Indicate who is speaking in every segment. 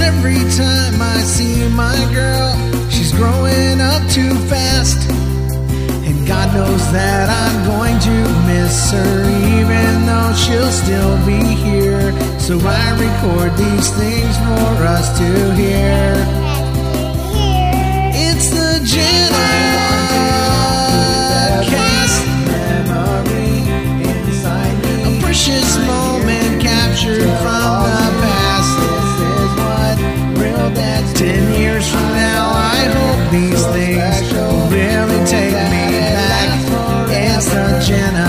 Speaker 1: Every time I see my girl, she's growing up too fast. And God knows that I'm going to miss her, even though she'll still be here. So I record these things for us to hear. It's the Jedi cast memory inside me. A precious moment captured from the past. This is what real dads. Ten years from now, I hope these things will really take me back. It's the Jedi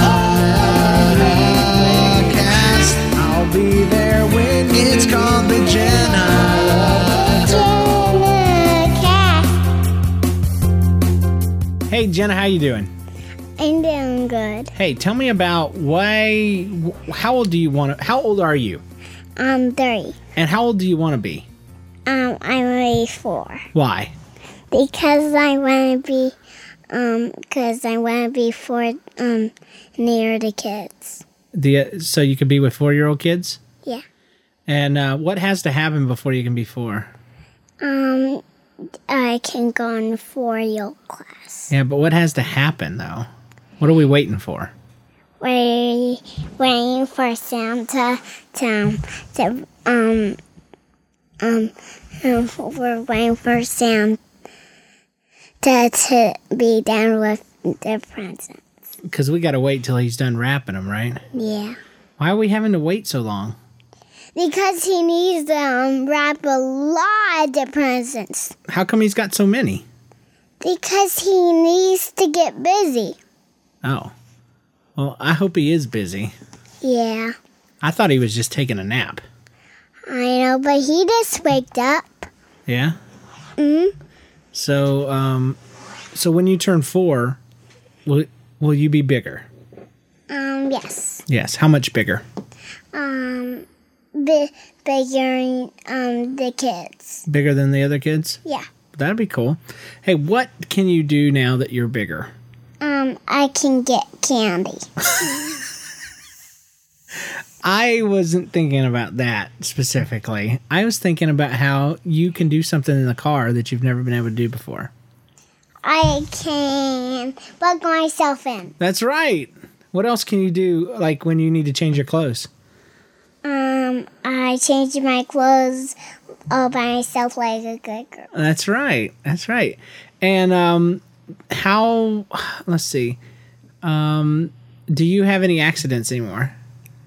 Speaker 1: cast. I'll be there when it's called the Jedi.
Speaker 2: Hey Jenna, how you doing?
Speaker 3: I'm doing good.
Speaker 2: Hey, tell me about why. wh- How old do you want to? How old are you?
Speaker 3: I'm Um, three.
Speaker 2: And how old do you want to be?
Speaker 3: Um, I'm already four
Speaker 2: Why?
Speaker 3: because I want to be, um, because I want to be four, um, near the kids.
Speaker 2: The uh, so you could be with four year old kids.
Speaker 3: Yeah.
Speaker 2: And uh, what has to happen before you can be four?
Speaker 3: Um, I can go in four-year class.
Speaker 2: Yeah, but what has to happen though? What are we waiting for?
Speaker 3: We're waiting for Santa to, to um, um, um, we're waiting for Santa to be done with the present.
Speaker 2: Because we got to wait till he's done wrapping them, right?
Speaker 3: Yeah.
Speaker 2: Why are we having to wait so long?
Speaker 3: Because he needs to unwrap a lot of presents.
Speaker 2: How come he's got so many?
Speaker 3: Because he needs to get busy.
Speaker 2: Oh, well, I hope he is busy.
Speaker 3: Yeah,
Speaker 2: I thought he was just taking a nap.
Speaker 3: I know, but he just waked up.
Speaker 2: Yeah. Mm. So, um, so when you turn four, will will you be bigger?
Speaker 3: Um, yes.
Speaker 2: Yes. How much bigger?
Speaker 3: Um, bi- bigger um the kids.
Speaker 2: Bigger than the other kids?
Speaker 3: Yeah.
Speaker 2: That'd be cool. Hey, what can you do now that you're bigger?
Speaker 3: Um, I can get candy.
Speaker 2: I wasn't thinking about that specifically. I was thinking about how you can do something in the car that you've never been able to do before.
Speaker 3: I can plug myself in.
Speaker 2: That's right. What else can you do like when you need to change your clothes?
Speaker 3: Um, I change my clothes all by myself like a good girl.
Speaker 2: That's right. That's right. And um how let's see. Um do you have any accidents anymore?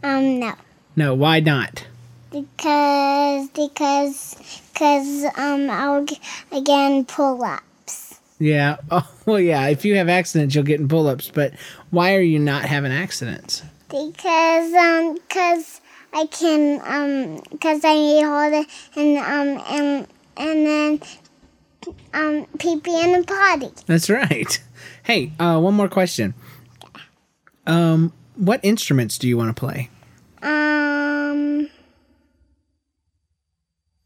Speaker 3: Um, no.
Speaker 2: No, why not?
Speaker 3: Because because because um I'll g- again pull ups
Speaker 2: Yeah. Oh, well, yeah. If you have accidents, you'll get in pull-ups. But why are you not having accidents?
Speaker 3: because um because I can um because I need to hold it and um and and then um pee pee in the potty
Speaker 2: That's right. Hey, uh, one more question. Um, what instruments do you want to play?
Speaker 3: um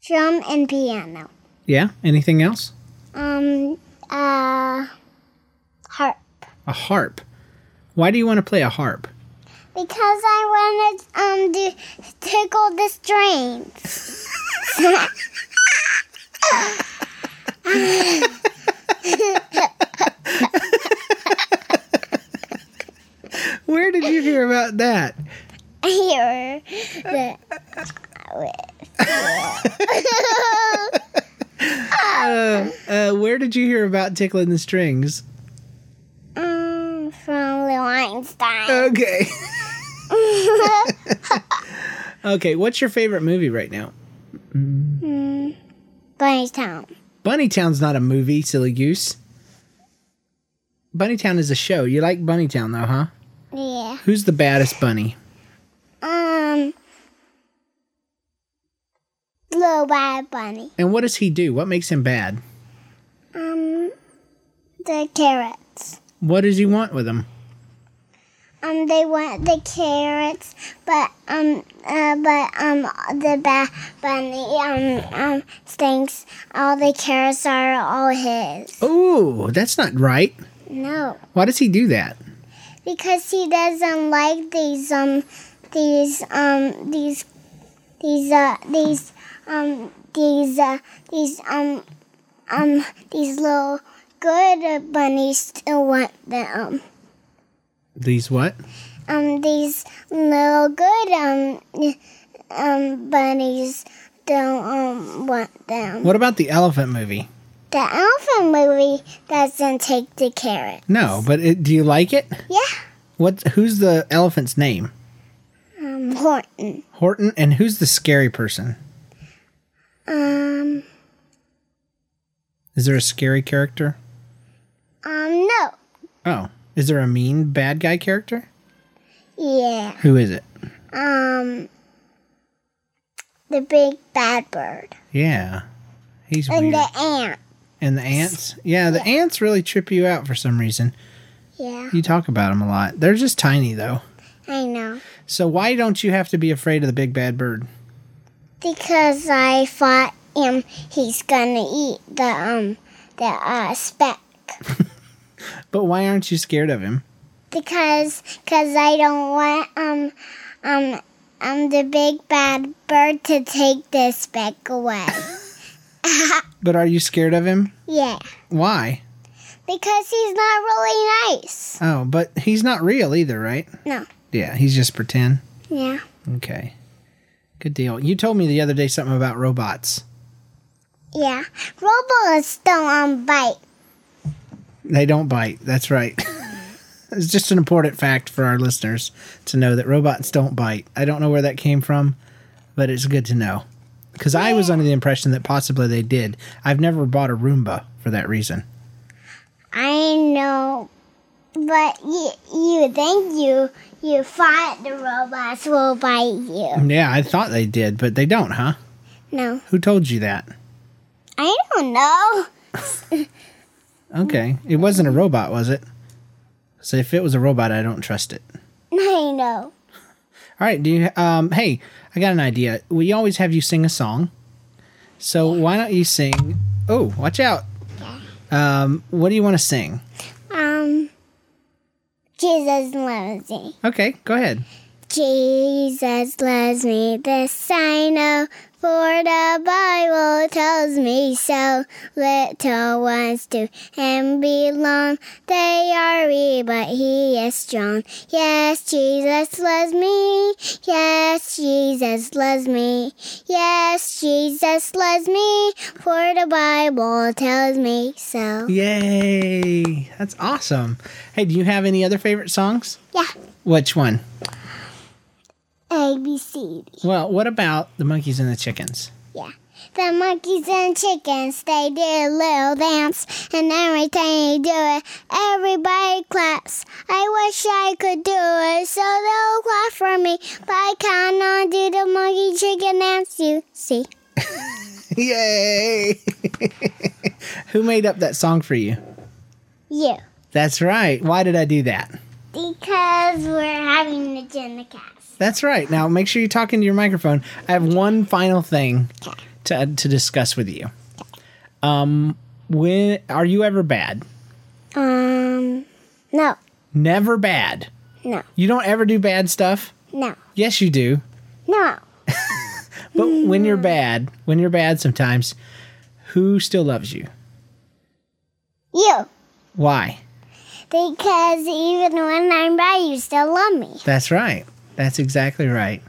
Speaker 3: drum and piano
Speaker 2: Yeah. Anything else?
Speaker 3: um uh harp
Speaker 2: A harp. Why do you want to play a harp?
Speaker 3: because I want to um do tickle the strings.
Speaker 2: Where did you hear about that?
Speaker 3: here. The,
Speaker 2: Uh, where did you hear about tickling the strings?
Speaker 3: um, from Lil Einstein.
Speaker 2: Okay. okay. What's your favorite movie right now?
Speaker 3: Bunny Town.
Speaker 2: Bunny Town's not a movie, silly goose. Bunny Town is a show. You like Bunny Town though, huh?
Speaker 3: Yeah.
Speaker 2: Who's the baddest bunny?
Speaker 3: Um, Little Bad Bunny.
Speaker 2: And what does he do? What makes him bad?
Speaker 3: Um, the carrots.
Speaker 2: What does he want with him?
Speaker 3: Um, they want the carrots, but um, uh, but um, the bad bunny um um thinks all the carrots are all his.
Speaker 2: Oh, that's not right.
Speaker 3: No.
Speaker 2: Why does he do that?
Speaker 3: because he doesn't like these um these um these these uh these um these uh, these um um these little good bunnies still want them.
Speaker 2: These what?
Speaker 3: Um, these little good um um bunnies don't um want them.
Speaker 2: What about the elephant movie?
Speaker 3: The elephant movie doesn't take the carrot.
Speaker 2: No, but it, do you like it?
Speaker 3: Yeah,
Speaker 2: What? Who's the elephant's name?
Speaker 3: um, Horton.
Speaker 2: Horton, and who's the scary person?
Speaker 3: Um,
Speaker 2: Is there a scary character?
Speaker 3: um, no.
Speaker 2: Oh, is there a mean bad guy character?
Speaker 3: Yeah.
Speaker 2: Who is it?
Speaker 3: Um, the big bad bird
Speaker 2: Yeah, he's
Speaker 3: and
Speaker 2: weird.
Speaker 3: the ant.
Speaker 2: and the ants? Yeah, the ants really trip you out for some reason.
Speaker 3: Yeah,
Speaker 2: You talk about them a lot. They're just tiny though.
Speaker 3: I know.
Speaker 2: So why don't you have to be afraid of the big bad bird?
Speaker 3: Because I thought um he's gonna eat the um the uh speck.
Speaker 2: But why aren't you scared of him?
Speaker 3: Because cause I don't want um um um the big bad bird to take the speck away.
Speaker 2: But are you scared of him?
Speaker 3: yeah.
Speaker 2: Why?
Speaker 3: Because he's not really nice.
Speaker 2: Oh, but he's not real either, right?
Speaker 3: No.
Speaker 2: Yeah, he's just pretend.
Speaker 3: Yeah.
Speaker 2: Okay. Good deal. You told me the other day something about robots.
Speaker 3: Yeah. Robots don't um bite.
Speaker 2: They don't bite. That's right. it's just an important fact for our listeners to know that robots don't bite. I don't know where that came from, but it's good to know. Because I was under the impression that possibly they did. I've never bought a Roomba for that reason.
Speaker 3: I know, but you, you think you you thought the robots will bite you?
Speaker 2: Yeah, I thought they did, but they don't, huh?
Speaker 3: No,
Speaker 2: Who told you that?
Speaker 3: I don't know.
Speaker 2: Okay. It wasn't a robot, was it? So if it was a robot, I don't trust it.
Speaker 3: I know.
Speaker 2: All right. Do you? Um. Hey, I got an idea. We always have you sing a song, so why don't you sing? Oh, watch out. Um. What do you want to sing?
Speaker 3: Um, Jesus loves me.
Speaker 2: Okay, go ahead.
Speaker 3: Jesus loves me. This I know, for the Bible tells me so. Little ones to Him belong. They are wee, but He is strong. Yes, Jesus loves me. Yes, Jesus loves me. Yes, Jesus loves me, for the Bible tells me so.
Speaker 2: Yay! That's awesome. Hey, do you have any other favorite songs?
Speaker 3: Yeah,
Speaker 2: Which one?
Speaker 3: A B C D.
Speaker 2: Well, what about the monkeys and the chickens?
Speaker 3: Yeah. The monkeys and chickens, they do a little dance, and every time you do it, everybody claps. I wish I could do it, so they'll clap for me, but I cannot do the monkey chicken dance, you see.
Speaker 2: Yay! Who made up that song for you?
Speaker 3: You.
Speaker 2: That's right. Why did I do that?
Speaker 3: Because we're having the Jenna cast.
Speaker 2: That's right. Now make sure you talk into your microphone. I have one final thing to uh, to discuss with you. Um, when are you ever bad?
Speaker 3: Um, no,
Speaker 2: Never bad.
Speaker 3: no,
Speaker 2: You don't ever do bad stuff.
Speaker 3: no,
Speaker 2: Yes, you do.
Speaker 3: no.
Speaker 2: But when you're bad, when you're bad, sometimes, who still loves you?
Speaker 3: You.
Speaker 2: Why?
Speaker 3: Because even when I'm bad, you still love me.
Speaker 2: That's right. That's exactly right.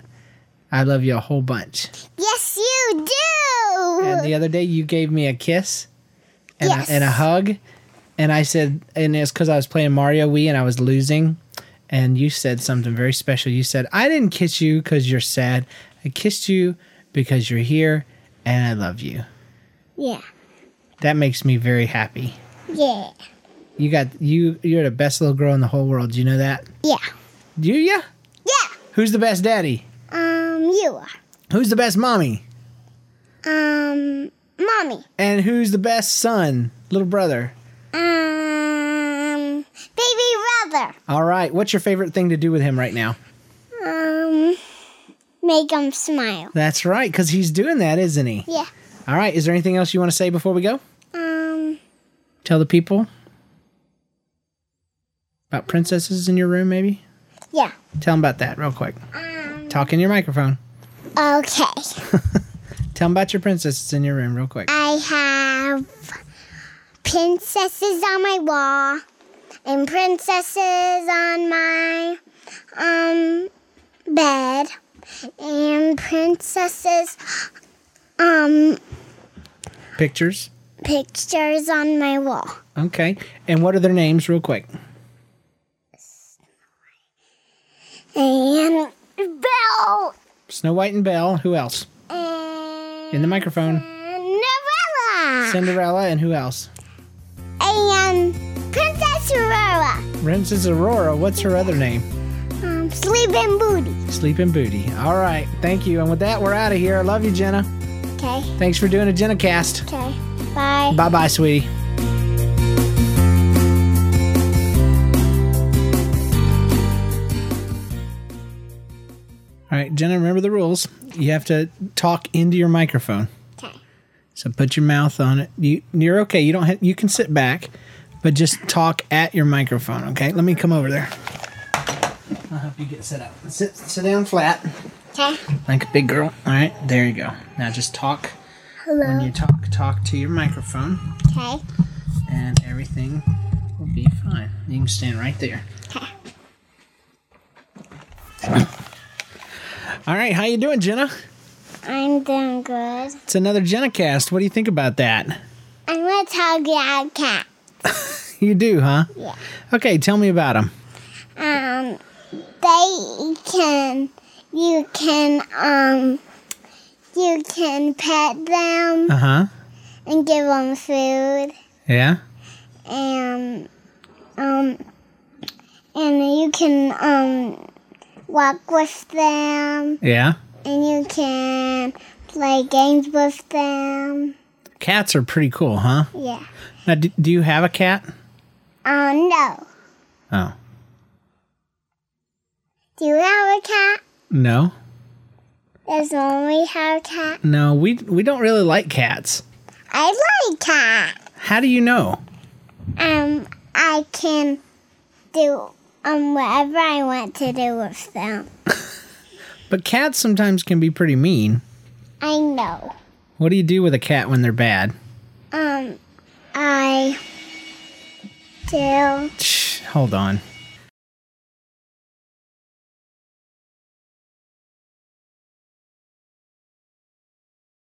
Speaker 2: I love you a whole bunch.
Speaker 3: Yes, you do!
Speaker 2: And the other day, you gave me a kiss and,
Speaker 3: Yes.
Speaker 2: a, and a hug. And I said, and it's because I was playing Mario Wii and I was losing. And you said something very special. You said, I didn't kiss you because you're sad. I kissed you because you're here and I love you.
Speaker 3: yeah,
Speaker 2: That makes me very happy.
Speaker 3: yeah,
Speaker 2: You got, you, you're the best little girl in the whole world. Do you know that?
Speaker 3: yeah.
Speaker 2: Do you?
Speaker 3: Yeah.
Speaker 2: Who's the best daddy?
Speaker 3: Um, you
Speaker 2: Who's the best mommy?
Speaker 3: are. Um, mommy.
Speaker 2: And who's the best son, little brother?
Speaker 3: Um, baby brother.
Speaker 2: All right. What's your favorite thing to do with him right now?
Speaker 3: Um, make him smile.
Speaker 2: That's right, because he's doing that, isn't he?
Speaker 3: Yeah.
Speaker 2: All right. Is there anything else you want to say before we go?
Speaker 3: Um,
Speaker 2: Tell the people about princesses in your room, maybe.
Speaker 3: yeah.
Speaker 2: Tell them about that real quick. Talk in your microphone.
Speaker 3: Okay.
Speaker 2: Tell Tell them about your princess that's in your room, real quick.
Speaker 3: I have princesses on my wall and princesses on my um bed and princesses um
Speaker 2: Pictures.
Speaker 3: pictures on my wall.
Speaker 2: Okay. And what are their names, real quick?
Speaker 3: And Belle
Speaker 2: Snow White and Belle. Who else?
Speaker 3: and
Speaker 2: In the microphone.
Speaker 3: Cinderella
Speaker 2: Cinderella and who else?
Speaker 3: and Princess Aurora.
Speaker 2: Princess Aurora. What's her other name?
Speaker 3: Um, sleeping booty.
Speaker 2: Sleeping Booty. All right. Thank you. And with that, we're out of here. I love you, Jenna.
Speaker 3: Okay,
Speaker 2: Thanks for doing a Jenna cast.
Speaker 3: okay. Bye.
Speaker 2: Bye bye, sweetie. All right, Jenna, remember the rules. You have to talk into your microphone.
Speaker 3: Okay.
Speaker 2: So put your mouth on it. You, you're okay. You don't. Have, you can sit back, but just talk at your microphone. Okay. Let me come over there. I'll help you get set up. Sit, sit down flat,
Speaker 3: Okay.
Speaker 2: like a big girl. All right. There you go. Now just talk. When
Speaker 3: Hello.
Speaker 2: you talk, talk to your microphone
Speaker 3: Okay.
Speaker 2: and everything will be fine. You can stand right there. All right, how you doing, Jenna?
Speaker 3: I'm doing good.
Speaker 2: It's another Jenna cast. What do you think about that?
Speaker 3: I'm gonna tell you cat.
Speaker 2: You do, huh?
Speaker 3: Yeah.
Speaker 2: Okay, tell me about them.
Speaker 3: Um, they can, you can, um, you can pet them
Speaker 2: Uh huh.
Speaker 3: and give them food
Speaker 2: Yeah.
Speaker 3: and, um, and you can, um, walk with them
Speaker 2: Yeah.
Speaker 3: and you can play games with them.
Speaker 2: Cats are pretty cool, huh?
Speaker 3: Yeah.
Speaker 2: Now, do, do you have a cat?
Speaker 3: Um, no.
Speaker 2: Oh,
Speaker 3: Do you have a cat?
Speaker 2: no,
Speaker 3: Does only have a cat?
Speaker 2: no. We we don't really like cats.
Speaker 3: I like cat.
Speaker 2: How do you know?
Speaker 3: Um, I can do um whatever I want to do with them.
Speaker 2: But cats sometimes can be pretty mean.
Speaker 3: I know.
Speaker 2: What do you do with a cat when they're bad?
Speaker 3: Um, I do.
Speaker 2: Shh, hold on.